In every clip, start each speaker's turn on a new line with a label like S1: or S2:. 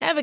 S1: Ever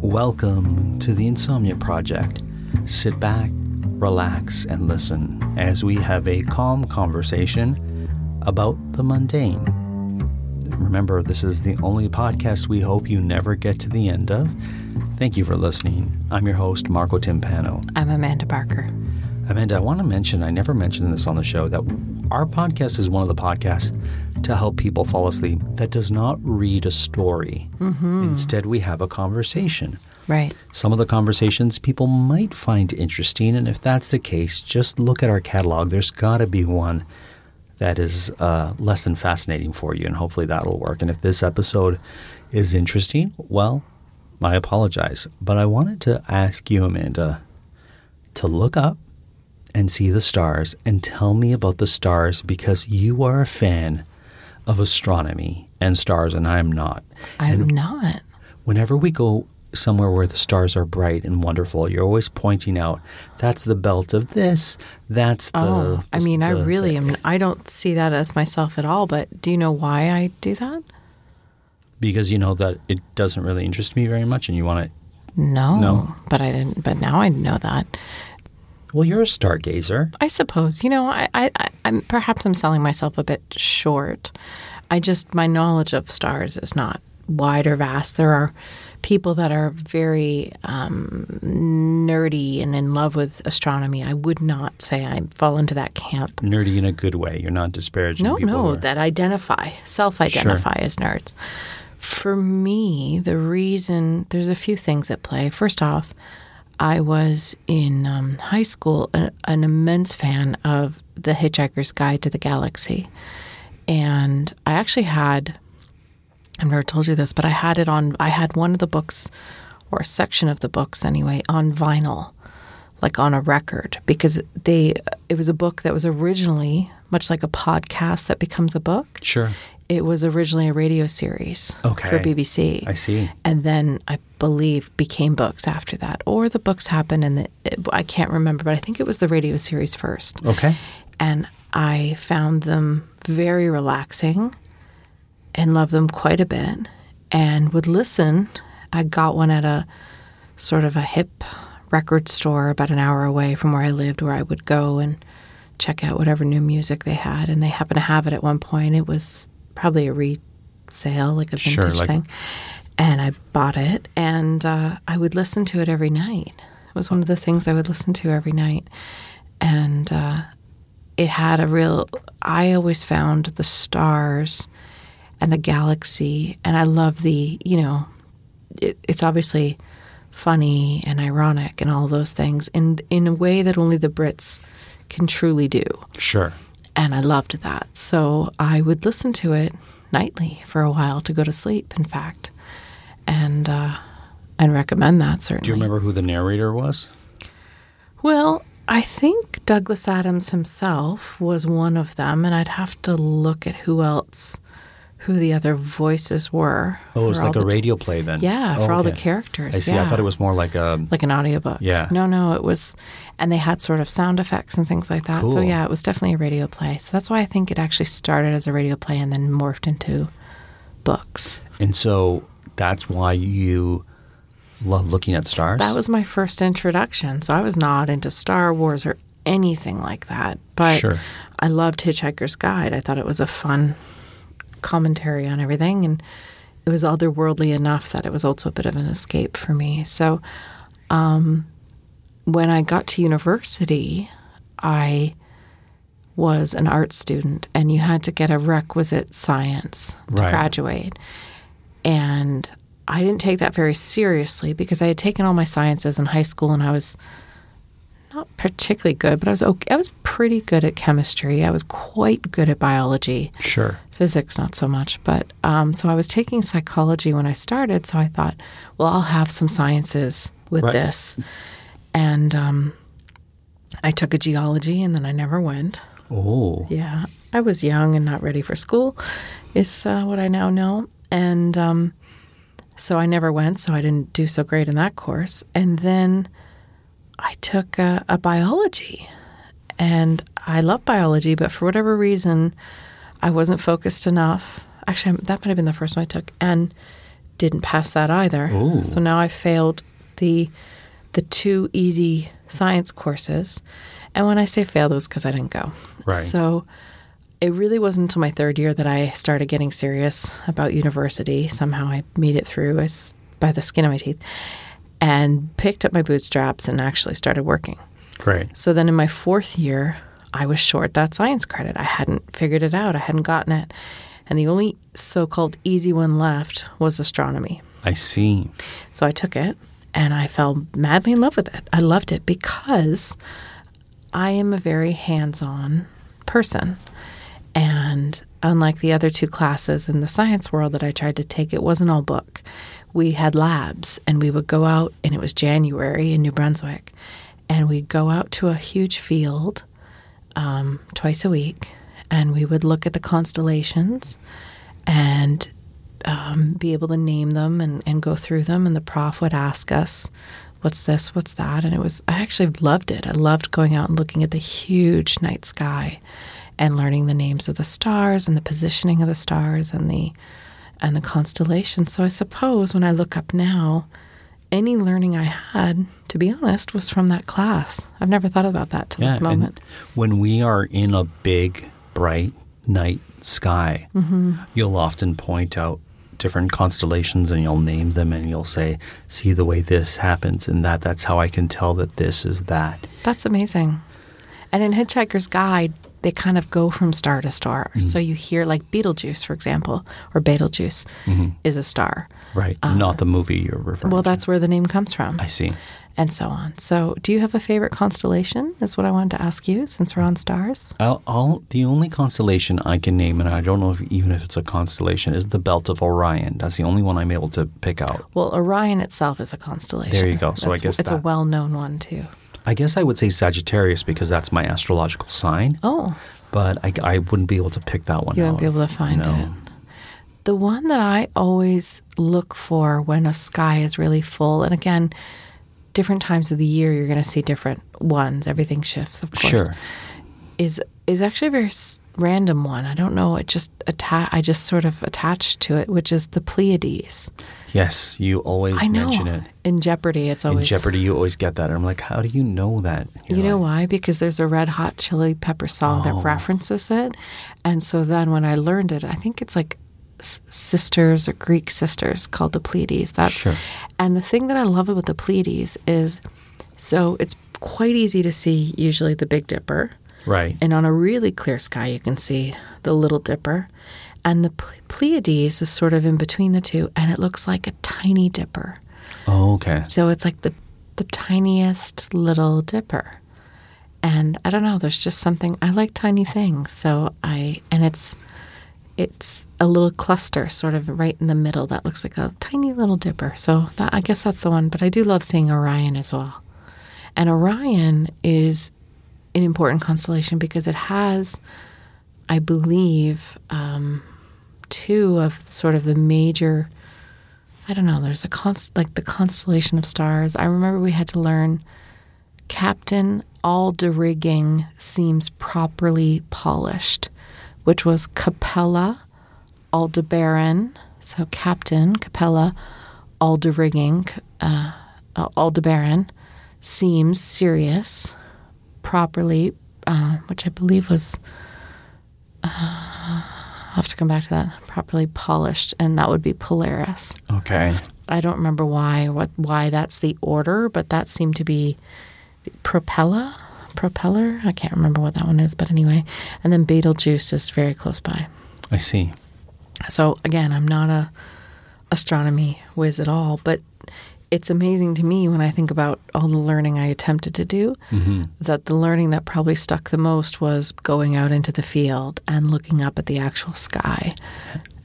S2: Welcome to the Insomnia Project. Sit back, relax, and listen as we have a calm conversation about the mundane. Remember, this is the only podcast we hope you never get to the end of. Thank you for listening. I'm your host, Marco Timpano.
S3: I'm Amanda Barker.
S2: Amanda, I want to mention, I never mentioned this on the show, that our podcast is one of the podcasts to help people fall asleep that does not read a story. Instead, we have a conversation.
S3: Right.
S2: Some of the conversations people might find interesting, and if that's the case, just look at our catalog. There's got to be one that is uh, less than fascinating for you, and hopefully that'll work. And if this episode is interesting, well, I apologize. But I wanted to ask you, Amanda, to look up and see the stars and tell me about the stars because you are a fan of astronomy and stars, and I'm not
S3: I'm not.
S2: whenever we go somewhere where the stars are bright and wonderful, you're always pointing out that's the belt of this, that's the.
S3: Oh, I mean, I
S2: the-
S3: really am. I don't see that as myself at all. But do you know why I do that?
S2: because you know that it doesn't really interest me very much, and you want to.
S3: No.
S2: No.
S3: But I didn't. But now I know that.
S2: Well, you're a stargazer.
S3: I suppose you know. I, I, I I'm perhaps I'm selling myself a bit short. I just my knowledge of stars is not wide or vast. There are people that are very um, nerdy and in love with astronomy. I would not say I fall into that camp.
S2: Nerdy in a good way. You're not disparaging
S3: No,
S2: people.
S3: no,
S2: who are-
S3: that identify, self identify as nerds. For me, the reason there's a few things at play. First off, I was in um, high school a, an immense fan of The Hitchhiker's Guide to the Galaxy. And I actually had, I've never told you this, but I had it on, I had one of the books, or a section of the books anyway, on vinyl like on a record because they it was a book that was originally much like a podcast that becomes a book
S2: Sure.
S3: it was originally a radio series
S2: Okay.
S3: for bbc
S2: I see.
S3: and then i believe became books after that or the books happened and the, i can't remember but i think it was the radio series first
S2: Okay.
S3: and I found them very relaxing and loved them quite a bit and would listen. I got one at a sort of a hip record store about an hour away from where I lived where I would go and check out whatever new music they had and they happened to have it at one point. It was probably a resale, like a vintage
S2: Sure, like-
S3: thing. And I bought it and uh, I would listen to it every night. It was one of the things I would listen to every night. And uh, it had a real i always found the stars and the galaxy and i love the you know it, it's obviously funny and ironic and all those things in in a way that only the brits can truly do
S2: Sure.
S3: and i loved that so i would listen to it nightly for a while to go to sleep in fact and uh and recommend that certainly
S2: Do you remember who the narrator was?
S3: well, I think Douglas Adams himself was one of them, and I'd have to look at who else, who the other voices were.
S2: Oh, it's
S3: for all
S2: like a
S3: the-
S2: radio play then.
S3: Yeah,
S2: Oh,
S3: for all the
S2: okay.
S3: characters.
S2: I see.
S3: Yeah.
S2: I thought it was more like um, a.
S3: like an audiobook.
S2: Yeah.
S3: No, no, it was, and they had sort of sound effects and things like that. So
S2: Cool.
S3: yeah, it was definitely a radio play. So that's why I think it actually started as a radio play and then morphed into books.
S2: And so that's why you love looking at stars.
S3: That was my first introduction. So I was not into Star Wars or anything like that. But
S2: Sure.
S3: I loved Hitchhiker's Guide. I thought it was a fun commentary on everything, and it was otherworldly enough that it was also a bit of an escape for me. So, um, when I got to university, I was an art student, and you had to get a requisite science to
S2: Right.
S3: graduate. And I didn't take that very seriously because I had taken all my sciences in high school, and I was not particularly good, but I was okay. I was pretty good at chemistry. I was quite good at biology
S2: Sure.
S3: physics not so much but um, so i was taking psychology when i started so i thought well i'll have some sciences with
S2: Right.
S3: this and um, i took a geology and then i never went
S2: Oh,
S3: yeah i was young and not ready for school is uh, what i now know and um, so i never went so i didn't do so great in that course and then i took a, a biology and I love biology, but for whatever reason, I wasn't focused enough. Actually, I'm- that might have been the first one I took, and didn't pass that either.
S2: Ooh.
S3: So now I failed the the two easy science courses, and when I say failed, it was because I didn't go.
S2: Right.
S3: So it really wasn't until my third year that I started getting serious about university. Somehow I made it through as by the skin of my teeth, and picked up my bootstraps and actually started working.
S2: great.
S3: So then in my fourth year, I was short that science credit. I hadn't figured it out, I hadn't gotten it. And the only so called easy one left was astronomy.
S2: I see.
S3: So I took it and I fell madly in love with it. I loved it because I am a very hands on person. And unlike the other two classes in the science world that I tried to take, it wasn't all book. We had labs and we would go out, and it was January in New Brunswick, and we'd go out to a huge field um, twice a week and we would look at the constellations and um, be able to name them and, and go through them. And the prof would ask us, What's this? What's that? And it was, I actually loved it. I loved going out and looking at the huge night sky and learning the names of the stars and the positioning of the stars and the and the constellations. So I suppose when I look up now, any learning I had, to be honest, was from that class. I've never thought about that till this
S2: and
S3: moment.
S2: When we are in a big, bright night sky,
S3: Mm-hmm.
S2: you'll often point out different constellations and you'll name them and you'll say, see the way this happens and that. That's how I can tell that this is that.
S3: That's amazing. And in Hitchhiker's Guide, they kind of go from star to star.
S2: Mm-hmm.
S3: So you hear like Beetlejuice, for example, or Betelgeuse is a star.
S2: Mm-hmm. Right. Not the movie you're referring
S3: Uh, Well,
S2: to.
S3: that's where the name comes from,
S2: I see.
S3: and so on. So, do you have a favorite constellation? Is what I wanted to ask you since we're on stars.
S2: I'll, I'll, the only constellation I can name, and I don't know if even if it's a constellation, is the Belt of Orion. That's the only one I'm able to pick out.
S3: Well, Orion itself is a constellation.
S2: There you go. So I
S3: That's-
S2: guess
S3: it's a
S2: that-
S3: well-known one too.
S2: I guess I would say Sagittarius because that's my astrological sign.
S3: Oh,
S2: but I, I wouldn't be able to pick that one.
S3: You won't
S2: out
S3: be able
S2: of-
S3: to find
S2: no.
S3: it. The one that I always look for when a sky is really full, and again, different times of the year you're going to see different ones. Everything shifts, of course.
S2: Sure.
S3: Is is actually a very s- random one. I don't know. It just atta- I just sort of attached to it, which is the Pleiades.
S2: Yes, you always
S3: I know.
S2: mention it.
S3: In Jeopardy, it's
S2: In
S3: always
S2: Jeopardy, you always get that. And I'm like, how do you know that? You're
S3: You know
S2: like,
S3: why? Because there's a Red Hot Chili Pepper song that references it, and so then when I learned it, I think it's like s- sisters or Greek sisters called the Pleiades. That's
S2: Sure.
S3: And the thing that I love about the Pleiades is, so it's quite easy to see usually the Big Dipper,
S2: Right.
S3: and on a really clear sky you can see the Little Dipper, and the Ple- Pleiades is sort of in between the two, and it looks like a tiny dipper.
S2: oh, okay.
S3: So it's like the the tiniest little dipper. And I don't know, there's just something I like tiny things. So I and it's it's a little cluster sort of right in the middle that looks like a tiny little dipper. So that, I guess that's the one, but I do love seeing Orion as well. And Orion is an important constellation because it has I believe um, two of sort of the major I don't know. There's a const- like the constellation of stars. I remember we had to learn Captain All de Rigging seems properly polished, which was Capella, Aldebaran. So Captain Capella, All de Rigging, uh, uh, Aldebaran seems serious, properly, uh, which I um, believe was have to come back to that. Properly polished, and that would be Polaris.
S2: Okay.
S3: I don't remember why what why that's the order, but that seemed to be Propeller. Propeller. I can't remember what that one is, but anyway. And then Betelgeuse is very close by.
S2: I see.
S3: So again, I'm not a astronomy whiz at all, but it's amazing to me when I think about all the learning I attempted to do that the learning that probably stuck the most was going out into the field and looking up at the actual sky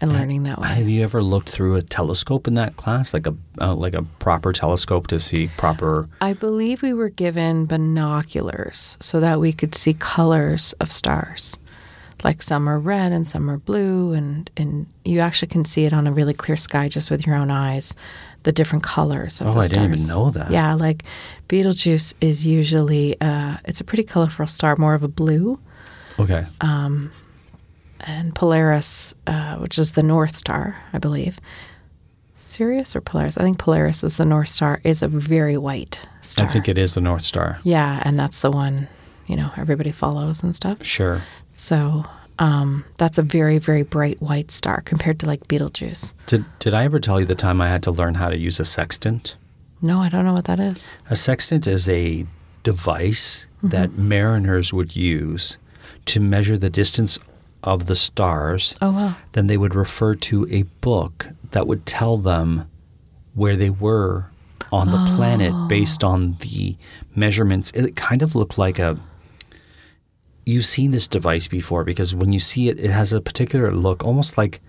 S3: and learning that way.
S2: Have you ever looked through a telescope in that class, like a uh, like a proper telescope to see proper?
S3: I believe we were given binoculars so that we could see colors of stars. Like some are red and some are blue, and, and you actually can see it on a really clear sky just with your own eyes, the different colors of
S2: Oh,
S3: the
S2: I
S3: stars.
S2: didn't even know that.
S3: Yeah, like Betelgeuse is usually uh, it's a pretty colorful star, more of a blue,
S2: Okay.
S3: and Polaris, uh, which is the North Star, I believe. Sirius or Polaris? I think Polaris is the North Star. Is a very white
S2: I
S3: star.
S2: think it is the North Star.
S3: Yeah, and that's the one you know everybody follows and stuff.
S2: Sure.
S3: So um, that's a very very bright white star compared to like Betelgeuse.
S2: Did Did I ever tell you the time I had to learn how to use a sextant?
S3: No, I don't know what that is.
S2: A sextant is a device
S3: Mm-hmm.
S2: that mariners would use to measure the distance of the stars.
S3: Oh wow.
S2: Then they would refer to a book that would tell them where they were on the planet
S3: Oh.
S2: based on the measurements. It kind of looked like a. You've seen this device before because when you see it, it has a particular look, almost like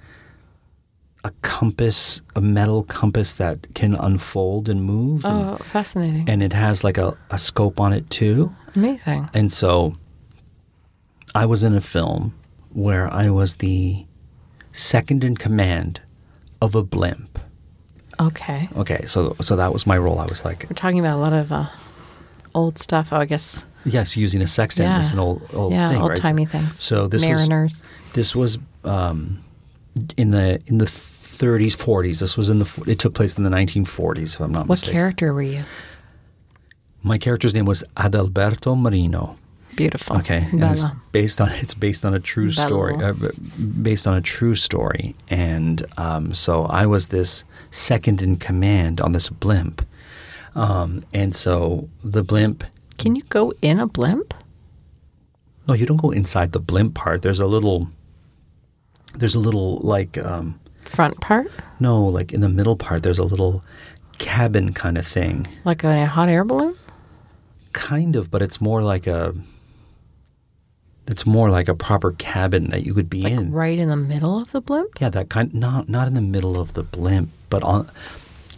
S2: a compass, a metal compass that can unfold and move. and-
S3: Oh, fascinating.
S2: and it has like a, a scope on it too.
S3: Amazing.
S2: And so I was in a film where I was the second in command of a blimp.
S3: Okay.
S2: Okay, so so that was my role. I was like,
S3: We're talking about a lot of uh, old stuff. Oh, I guess.
S2: yes, using a sextant
S3: Yeah.
S2: is an old old
S3: yeah,
S2: thing, right?
S3: old timey things.
S2: So this was-
S3: mariners.
S2: this was um, in the in the 30s, 40s. This was in the f- it took place in the 1940s, if I'm not
S3: What
S2: mistaken.
S3: character were you?
S2: My character's name was Adalberto Marino.
S3: Beautiful.
S2: Okay, and it's
S3: Bella.
S2: based on it's based on a true
S3: Bella.
S2: story, uh, b- based on a true story, and um, so I was this second in command on this blimp, um, and so the blimp.
S3: Can you go in a blimp?
S2: No, you don't go inside the blimp part. There's a little. There's a little like um,
S3: Front part,
S2: no, like in the middle part. There's a little cabin kind of thing,
S3: like a hot air balloon.
S2: kind of, but it's more like a. It's more like a proper cabin that you would be in.
S3: Right in the middle of the blimp.
S2: Yeah, that kind not not in the middle of the blimp, but on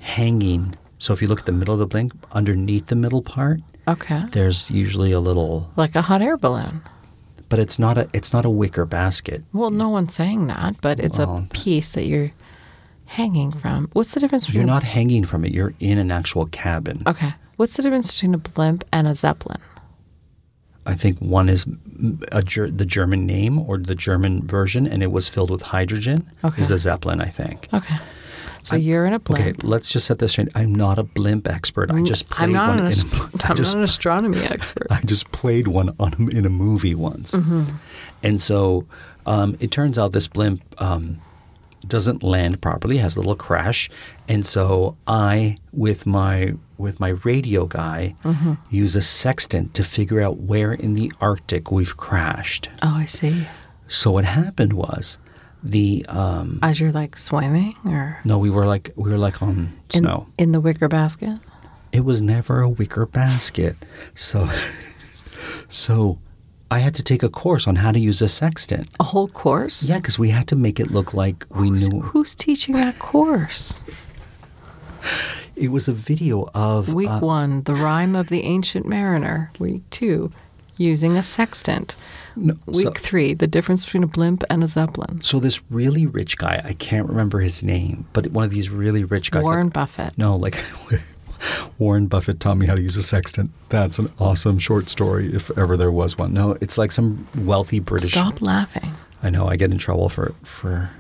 S2: hanging. So if you look at the middle of the blimp, underneath the middle part,
S3: Okay.
S2: there's usually a little,
S3: Like a hot air balloon.
S2: but it's not a it's not a wicker basket.
S3: Well, no one's saying that, but it's
S2: Well,
S3: a piece that you're hanging from. What's the difference between
S2: You're
S3: a-
S2: not hanging from it. You're in an actual cabin.
S3: Okay. What's the difference between a blimp and a zeppelin?
S2: I think one is mm, a ger- the German name or the German version, and it was filled with hydrogen.
S3: Okay.
S2: Is the Zeppelin, I think.
S3: Okay. So you're in a blimp. Mm,
S2: Okay, let's just set this straight. I'm not a blimp expert. I just played
S3: I'm not
S2: one
S3: an,
S2: in
S3: ast-
S2: a- I
S3: I'm
S2: just
S3: not an astronomy expert.
S2: I just played one on a- in a movie once, and so um, it turns out this blimp um, doesn't land properly, has a little crash, and so I, with my with my radio guy, use a sextant to figure out where in the Arctic we've crashed.
S3: Oh, I see.
S2: So what happened was the um,
S3: As you're like swimming or
S2: no, we were like we were like on
S3: in,
S2: snow.
S3: in the wicker basket?
S2: it was never a wicker basket. So, so I had to take a course on how to use a sextant.
S3: A whole course?
S2: Yeah, because we had to make it look like we knew.
S3: Who's teaching that course?
S2: It was a video of.
S3: Week
S2: uh,
S3: one, the rhyme of the ancient mariner. Week two, using a sextant. Week
S2: so-
S3: three, the difference between a blimp and a zeppelin.
S2: so this really rich guy, I can't remember his name, but one of these really rich guys. like-
S3: Warren Buffett.
S2: no, like Warren Buffett taught me how to use a sextant. That's an awesome short story, if ever there was one. No, it's like some wealthy British.
S3: Stop laughing.
S2: I know I get in trouble for for.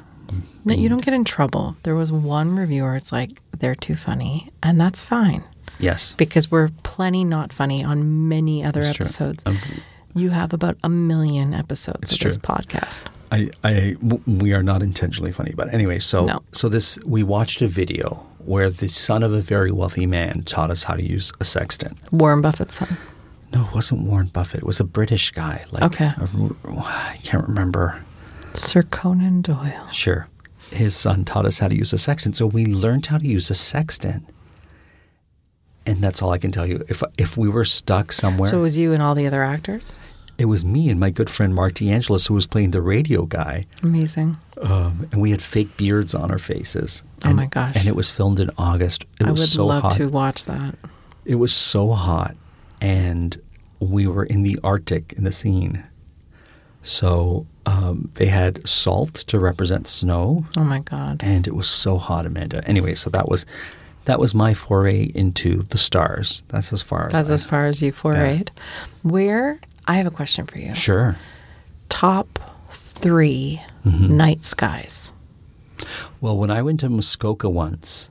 S3: No, you don't get in trouble. There was one reviewer. It's like they're too funny, and that's fine
S2: Yes.
S3: because we're plenty not funny on many other
S2: It's true.
S3: episodes.
S2: Um,
S3: You have about a million episodes
S2: It's
S3: of this
S2: true.
S3: podcast.
S2: I, I- w- we are not intentionally funny, but anyway, so
S3: No.
S2: so this we watched a video where the son of a very wealthy man taught us how to use a sextant.
S3: Warren Buffett's son.
S2: No, it wasn't Warren Buffett. It was a British guy. Like
S3: Okay.
S2: a- I can't remember.
S3: Sir Conan Doyle.
S2: Sure. His son taught us how to use a sextant, so we learned how to use a sextant. And that's all I can tell you. If if we were stuck somewhere,
S3: So it was you and all the other actors?
S2: it was me and my good friend Mark DeAngelis who was playing the radio guy,
S3: Amazing.
S2: um, and we had fake beards on our faces.
S3: Oh
S2: And-
S3: my gosh.
S2: And it was filmed in August. It
S3: I
S2: was
S3: would
S2: so
S3: love
S2: hot.
S3: to watch that.
S2: It was so hot, and we were in the Arctic in the scene. So um, they had salt to represent snow,
S3: Oh my God.
S2: and it was so hot, Amanda. Anyway, so that was that was my foray into the stars. That's as far as
S3: That's
S2: I-
S3: as far as you forayed. Where, I have a question for you.
S2: Sure.
S3: Top 3
S2: Mm-hmm.
S3: night skies.
S2: Well, when I went to Muskoka once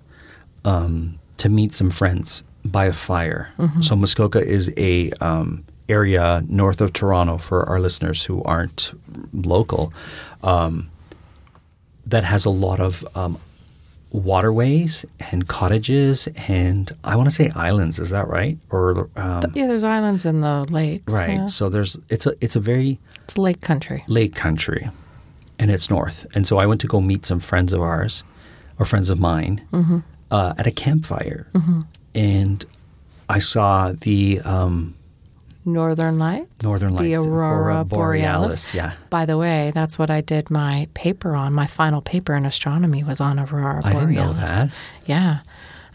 S2: um, to meet some friends by a fire, so Muskoka is a um, area north of Toronto for our listeners who aren't local um, that has a lot of um, waterways and cottages and I want to say islands. Is that right? Or um,
S3: Yeah, there's islands in the lakes.
S2: right?
S3: yeah.
S2: So there's it's a it's a very
S3: It's lake country.
S2: lake country and it's north. And so I went to go meet some friends of ours or friends of mine
S3: Mm-hmm.
S2: uh, at a campfire. And I saw the um,
S3: Northern Lights.
S2: Northern Lights,
S3: The Aurora Borealis.
S2: Yeah.
S3: By the way, that's what I did my paper on. My final paper in astronomy was on Aurora
S2: I
S3: Borealis.
S2: didn't know that.
S3: Yeah,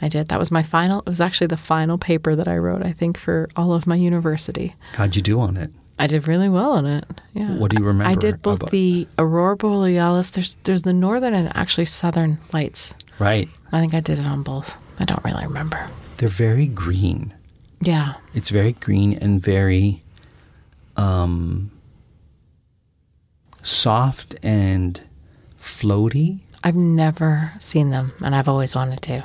S3: I did. That was my final. It was actually the final paper that I wrote, I think, for all of my university.
S2: How'd you do on it?
S3: I did really well on it. Yeah.
S2: What do you
S3: I
S2: remember
S3: did both
S2: about-
S3: the Aurora Borealis. There's there's the northern and actually southern lights.
S2: Right.
S3: I think I did it on both. I don't really remember.
S2: They're very green.
S3: Yeah.
S2: It's very green and very um, soft and floaty.
S3: I've never seen them, and I've always wanted to.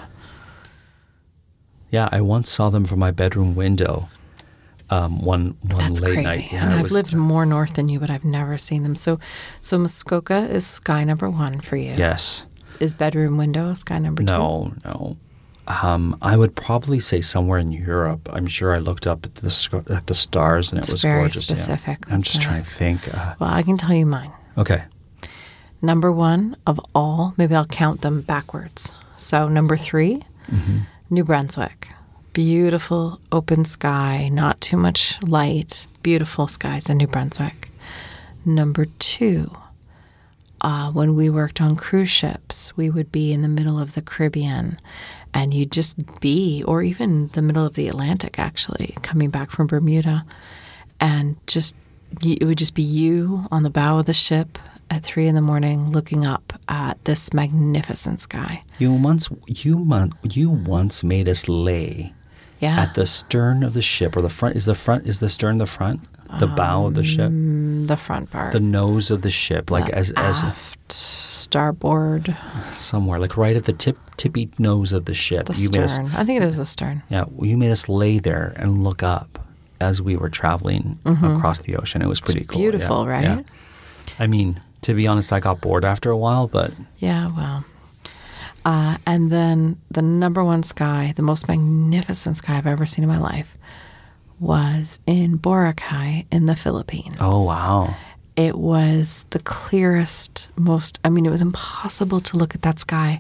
S2: Yeah, I once saw them from my bedroom window. Um, one one
S3: That's
S2: late
S3: crazy.
S2: night. Yeah,
S3: and
S2: it
S3: I've
S2: was-
S3: lived more north than you, but I've never seen them. So, so Muskoka is sky number one for you.
S2: Yes.
S3: Is bedroom window sky number
S2: No, no. Um, I would probably say somewhere in Europe. I'm sure I looked up at the sc- at the stars and it
S3: It's
S2: was
S3: very
S2: gorgeous. yeah.
S3: specific.
S2: I'm
S3: That's
S2: just trying to
S3: nice.
S2: think. Uh,
S3: two? Well, I can tell you mine.
S2: okay.
S3: Number one of all, maybe I'll count them backwards. So number 3
S2: Mm-hmm.
S3: New Brunswick. Beautiful open sky, not too much light, beautiful skies in New Brunswick. Number two, uh, when we worked on cruise ships, we would be in the middle of the Caribbean and you'd just be, or even the middle of the Atlantic, actually, coming back from Bermuda. And just, y- it would just be you on the bow of the ship at three in the morning looking up at this magnificent sky.
S2: You once you mon- you once made us lay
S3: Yeah.
S2: at the stern of the ship or the front is the front is the stern the front the bow of the ship
S3: mm, the front part.
S2: the nose of the ship like as as
S3: aft, starboard,
S2: somewhere like right at the tip tippy nose of the ship.
S3: the
S2: you made us
S3: stern. I think it is the stern.
S2: Yeah, well, you made us lay there and look up as we were traveling across the ocean. It was pretty cool. yeah,
S3: Mm-hmm. beautiful, right?
S2: yeah. I mean, to be honest, I got bored after a while, but
S3: Yeah, well. Uh, and then the number one sky, the most magnificent sky I've ever seen in my life, was in Boracay in the Philippines.
S2: oh wow,
S3: It was the clearest, most, I mean, it was impossible to look at that sky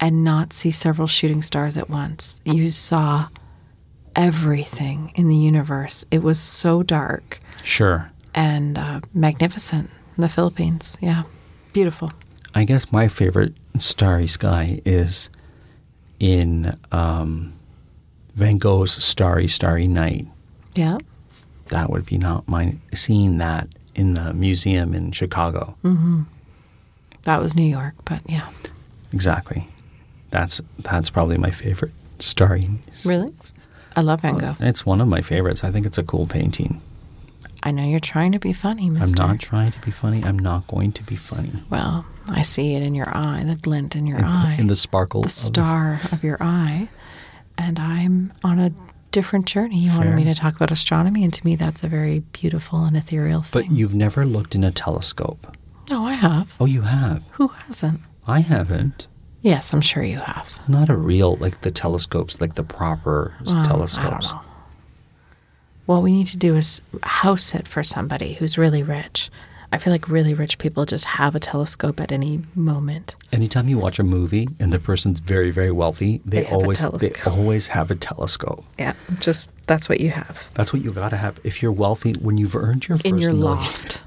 S3: and not see several shooting stars at once. You saw everything in the universe. It was so dark
S2: sure.
S3: and uh, magnificent in the Philippines. Yeah, beautiful.
S2: I guess my favorite starry sky is in um, Van Gogh's Starry Starry Night.
S3: Yeah.
S2: That would be not my seeing that in the museum in Chicago.
S3: Mm. That was New York, but yeah.
S2: Exactly. That's that's probably my favorite starry.
S3: Really? I love
S2: Oh,
S3: Van Gogh.
S2: It's one of my favorites. I think it's a cool painting.
S3: I know you're trying to be funny,
S2: I'm
S3: mister.
S2: not trying to be funny. I'm not going to be funny.
S3: Well, I see it in your eye, the glint in your
S2: In,
S3: eye,
S2: in the sparkle,
S3: the
S2: of
S3: star of your eye. And I'm on a different journey. You wanted
S2: Fair.
S3: me to talk about astronomy, and to me, that's a very beautiful and ethereal
S2: but
S3: thing.
S2: you've never looked in a telescope.
S3: No, I have.
S2: Oh, you have.
S3: Who hasn't?
S2: I haven't.
S3: Yes, I'm sure you have.
S2: Not a real like the telescopes, like the proper s-
S3: Well,
S2: telescopes.
S3: I don't know. What we need to do is house it for somebody who's really rich. I feel like really rich people just have a telescope at any moment.
S2: Anytime you watch a movie and the person's very very wealthy, they,
S3: They have a
S2: always they
S3: telescope.
S2: always have a telescope.
S3: Yeah, just that's what you have
S2: That's what you got to have if you're wealthy. When you've earned your first
S3: in your
S2: million,
S3: loft.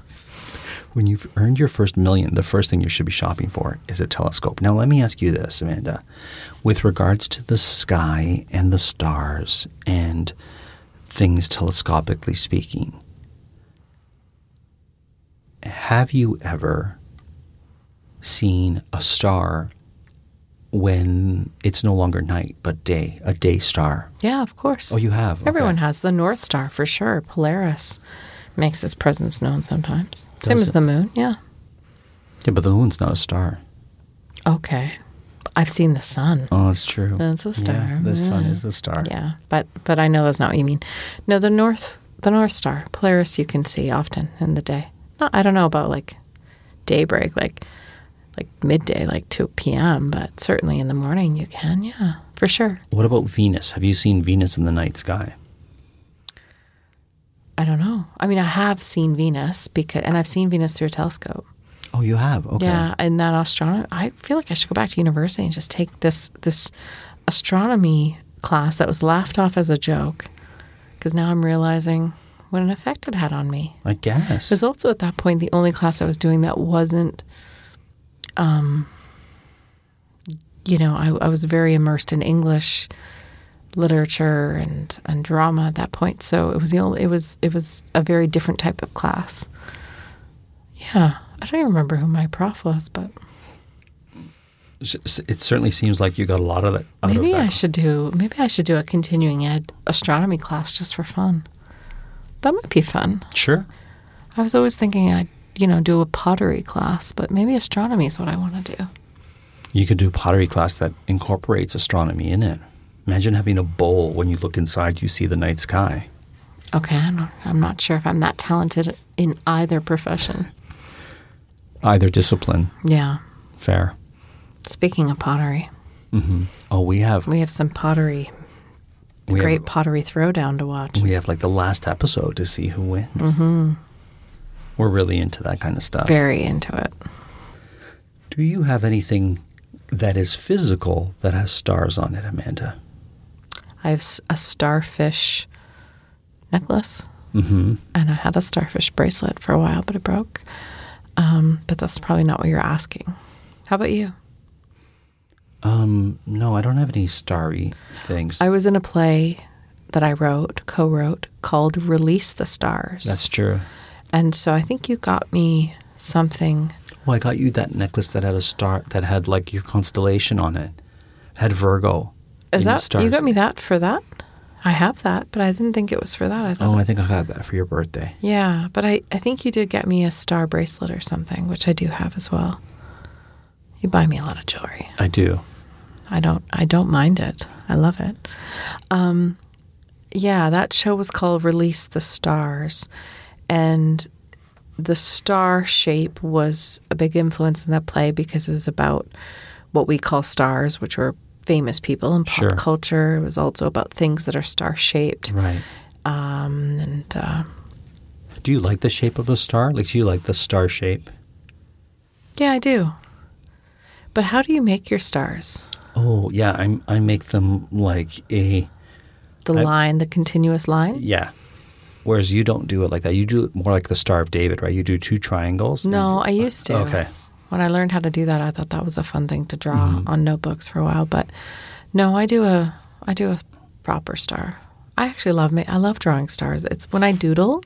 S2: when you've earned your first million, the first thing you should be shopping for is a telescope. Now, let me ask you this, Amanda. With regards to the sky and the stars and things telescopically speaking, have you ever seen a star when it's no longer night but day, a day star?
S3: Yeah, of course.
S2: Oh, you have? Okay.
S3: Everyone has the North Star for sure. Polaris makes its presence known sometimes. Same
S2: Does
S3: as
S2: it?
S3: the moon. Yeah.
S2: Yeah, but the moon's not a star.
S3: Okay. I've seen the sun.
S2: Oh, it's true.
S3: That's a
S2: Yeah,
S3: star,
S2: the sun
S3: yeah.
S2: is a star.
S3: Yeah, but but I know that's not what you mean. No, the North, the North Star, Polaris, you can see often in the day. No, I don't know about like daybreak, like like midday, like two p.m., but certainly in the morning you can. Yeah, for sure.
S2: What about Venus? Have you seen Venus in the night sky?
S3: I don't know. I mean, I have seen Venus because, and I've seen Venus through a telescope.
S2: Oh, you have. Okay.
S3: Yeah, and that astronomy. I feel like I should go back to university and just take this this astronomy class that was laughed off as a joke, because now I'm realizing what an effect it had on me.
S2: I guess.
S3: It was also at that point the only class I was doing that wasn't, um, you know, I, I was very immersed in English literature and, and drama at that point. So it was the only, it was, it was a very different type of class. Yeah. I don't even remember who my prof was, but
S2: S- s- It certainly seems like you got a lot of that out
S3: maybe
S2: of that.
S3: I should do, maybe I should do a continuing ed astronomy class just for fun. That might be fun.
S2: Sure.
S3: I was always thinking I'd, you know, do a pottery class, but maybe astronomy is what I want to do.
S2: You could do pottery class that incorporates astronomy in it. Imagine having a bowl when you look inside, you see the night sky.
S3: Okay, I'm not, I'm not sure if I'm that talented in either profession.
S2: Either discipline.
S3: Yeah.
S2: Fair.
S3: Speaking of pottery,
S2: Oh, we have.
S3: we have some pottery,
S2: we
S3: great
S2: Have,
S3: pottery throwdown to watch.
S2: we have like the last episode to see who wins. We're really into that kind of stuff.
S3: Mm-hmm. Very into it.
S2: Do you have anything that is physical that has stars on it, Amanda?
S3: I have s- a starfish necklace, mm-hmm. and I had a starfish bracelet for a while, but it broke. Um, but that's probably not what you're asking. How about you?
S2: Um, no, I don't have any starry things.
S3: I was in a play that I wrote, co-wrote, called "Release the Stars."
S2: That's true.
S3: And so I think you got me something
S2: Well, I got you that necklace that had a star that had like your constellation on it. Had Virgo. in
S3: Is
S2: the
S3: that
S2: stars.
S3: you got me that for that? I have that, but I didn't think it was for that. I thought,
S2: Oh, I think I got that for your birthday.
S3: yeah, but I, I think you did get me a star bracelet or something, which I do have as well. You buy me a lot of jewelry.
S2: I do.
S3: I don't I don't mind it. I love it. Um, yeah, that show was called Release the Stars, and the star shape was a big influence in that play because it was about what we call stars, which were famous people in pop
S2: Sure.
S3: culture. It was also about things that are star shaped,
S2: Right.
S3: um, and uh,
S2: Do you like the shape of a star? Like, do you like the star shape?
S3: yeah, I do. But how do you make your stars?
S2: Oh, yeah. I'm. I make them like a
S3: The line, the continuous line.
S2: yeah. Whereas you don't do it like that. You do it more like the Star of David, right? You do two triangles. and-
S3: No, I used to.
S2: Okay. Mm-hmm.
S3: When I learned how to do that, I thought that was a fun thing to draw on notebooks for a while. But no, I do a I do a proper star. I actually love ma- I love drawing stars. It's when I doodle,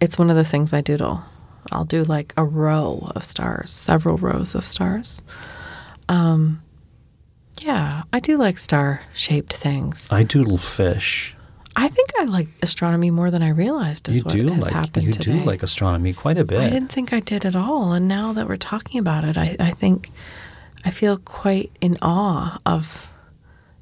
S3: it's one of the things I doodle. I'll do like a row of stars, several rows of stars. Um, yeah, I do like star shaped things.
S2: I doodle fish.
S3: I think I like astronomy more than I realized. Is
S2: You
S3: what
S2: do
S3: has
S2: like
S3: happened
S2: you
S3: today.
S2: do like astronomy quite a bit.
S3: I didn't think I did at all. And now that we're talking about it, I, I think I feel quite in awe of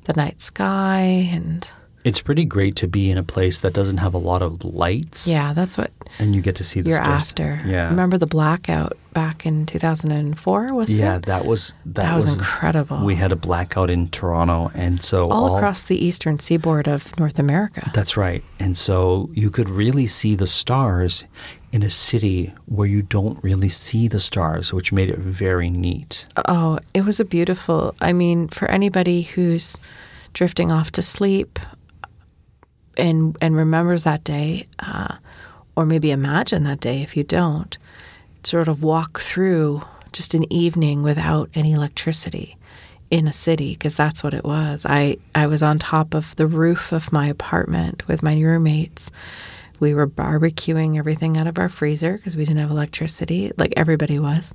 S3: the night sky and
S2: It's pretty great to be in a place that doesn't have a lot of lights.
S3: Yeah, that's what
S2: And you get to see the
S3: you're
S2: stores.
S3: after.
S2: Yeah.
S3: Remember the blackout back in 2004, wasn't
S2: yeah,
S3: it?
S2: that was that,
S3: That was incredible.
S2: We had a blackout in Toronto and so
S3: all, across the eastern seaboard of North America.
S2: That's right. And so you could really see the stars in a city where you don't really see the stars, which made it very neat.
S3: Oh, it was a beautiful. I mean, for anybody who's drifting off to sleep and and remembers that day, uh, or maybe imagine that day if you don't, sort of walk through just an evening without any electricity in a city because that's what it was. I I was on top of the roof of my apartment with my roommates. We were barbecuing everything out of our freezer because we didn't have electricity, like everybody was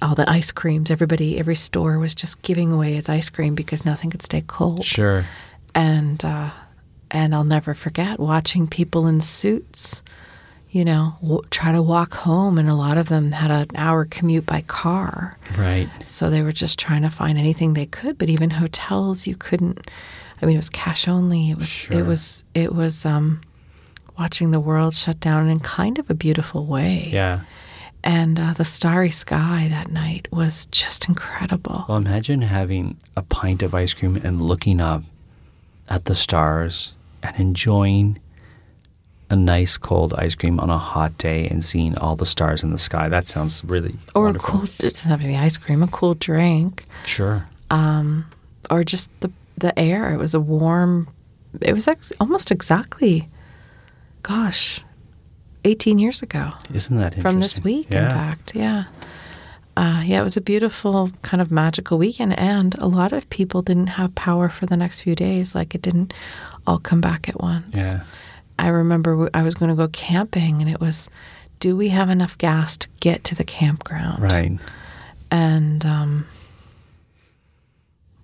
S3: all the ice creams. Everybody, every store was just giving away its ice cream because nothing could stay cold.
S2: Sure.
S3: And uh, and I'll never forget watching people in suits, you know, w- try to walk home, and a lot of them had an hour commute by car,
S2: Right.
S3: so they were just trying to find anything they could. But even hotels, you couldn't. I mean, it was cash only. It was
S2: Sure.
S3: it was it was um, watching the world shut down in kind of a beautiful way.
S2: Yeah.
S3: And uh, the starry sky that night was just incredible.
S2: Well, imagine having a pint of ice cream and looking up at the stars and enjoying a nice cold ice cream on a hot day and seeing all the stars in the sky. That sounds really
S3: or
S2: wonderful.
S3: a cool, it doesn't have to be ice cream, a cool drink,
S2: Sure.
S3: or just the, the air. It was a warm, it was ex- almost exactly, gosh, 18 years ago
S2: Isn't that interesting?
S3: from this week, in
S2: Yeah.
S3: fact. Yeah. Uh, yeah, it was a beautiful, kind of magical weekend. And a lot of people didn't have power for the next few days. Like it didn't all come back at once.
S2: Yeah.
S3: I remember w- I was going to go camping, and it was, do we have enough gas to get to the campground?
S2: Right.
S3: And um,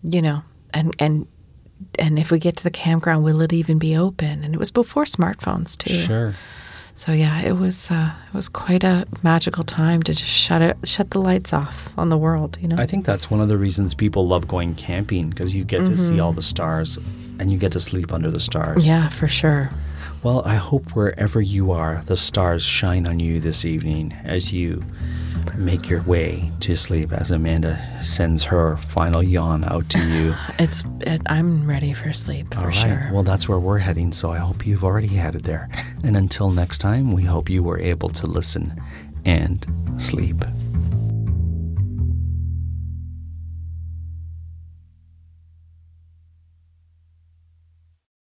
S3: you know, and and and if we get to the campground, will it even be open? And it was before smartphones too.
S2: Sure.
S3: So yeah, it was uh, it was quite a magical time to just shut it, shut the lights off on the world. You know.
S2: I think that's one of the reasons people love going camping because you get to
S3: Mm-hmm.
S2: see all the stars and you get to sleep under the stars.
S3: yeah, for sure.
S2: Well, I hope wherever you are, the stars shine on you this evening as you make your way to sleep as Amanda sends her final yawn out to you.
S3: It's it, I'm ready for sleep for
S2: All right.
S3: sure.
S2: Well, that's where we're heading, so I hope you've already headed there. And until next time, we hope you were able to listen and sleep.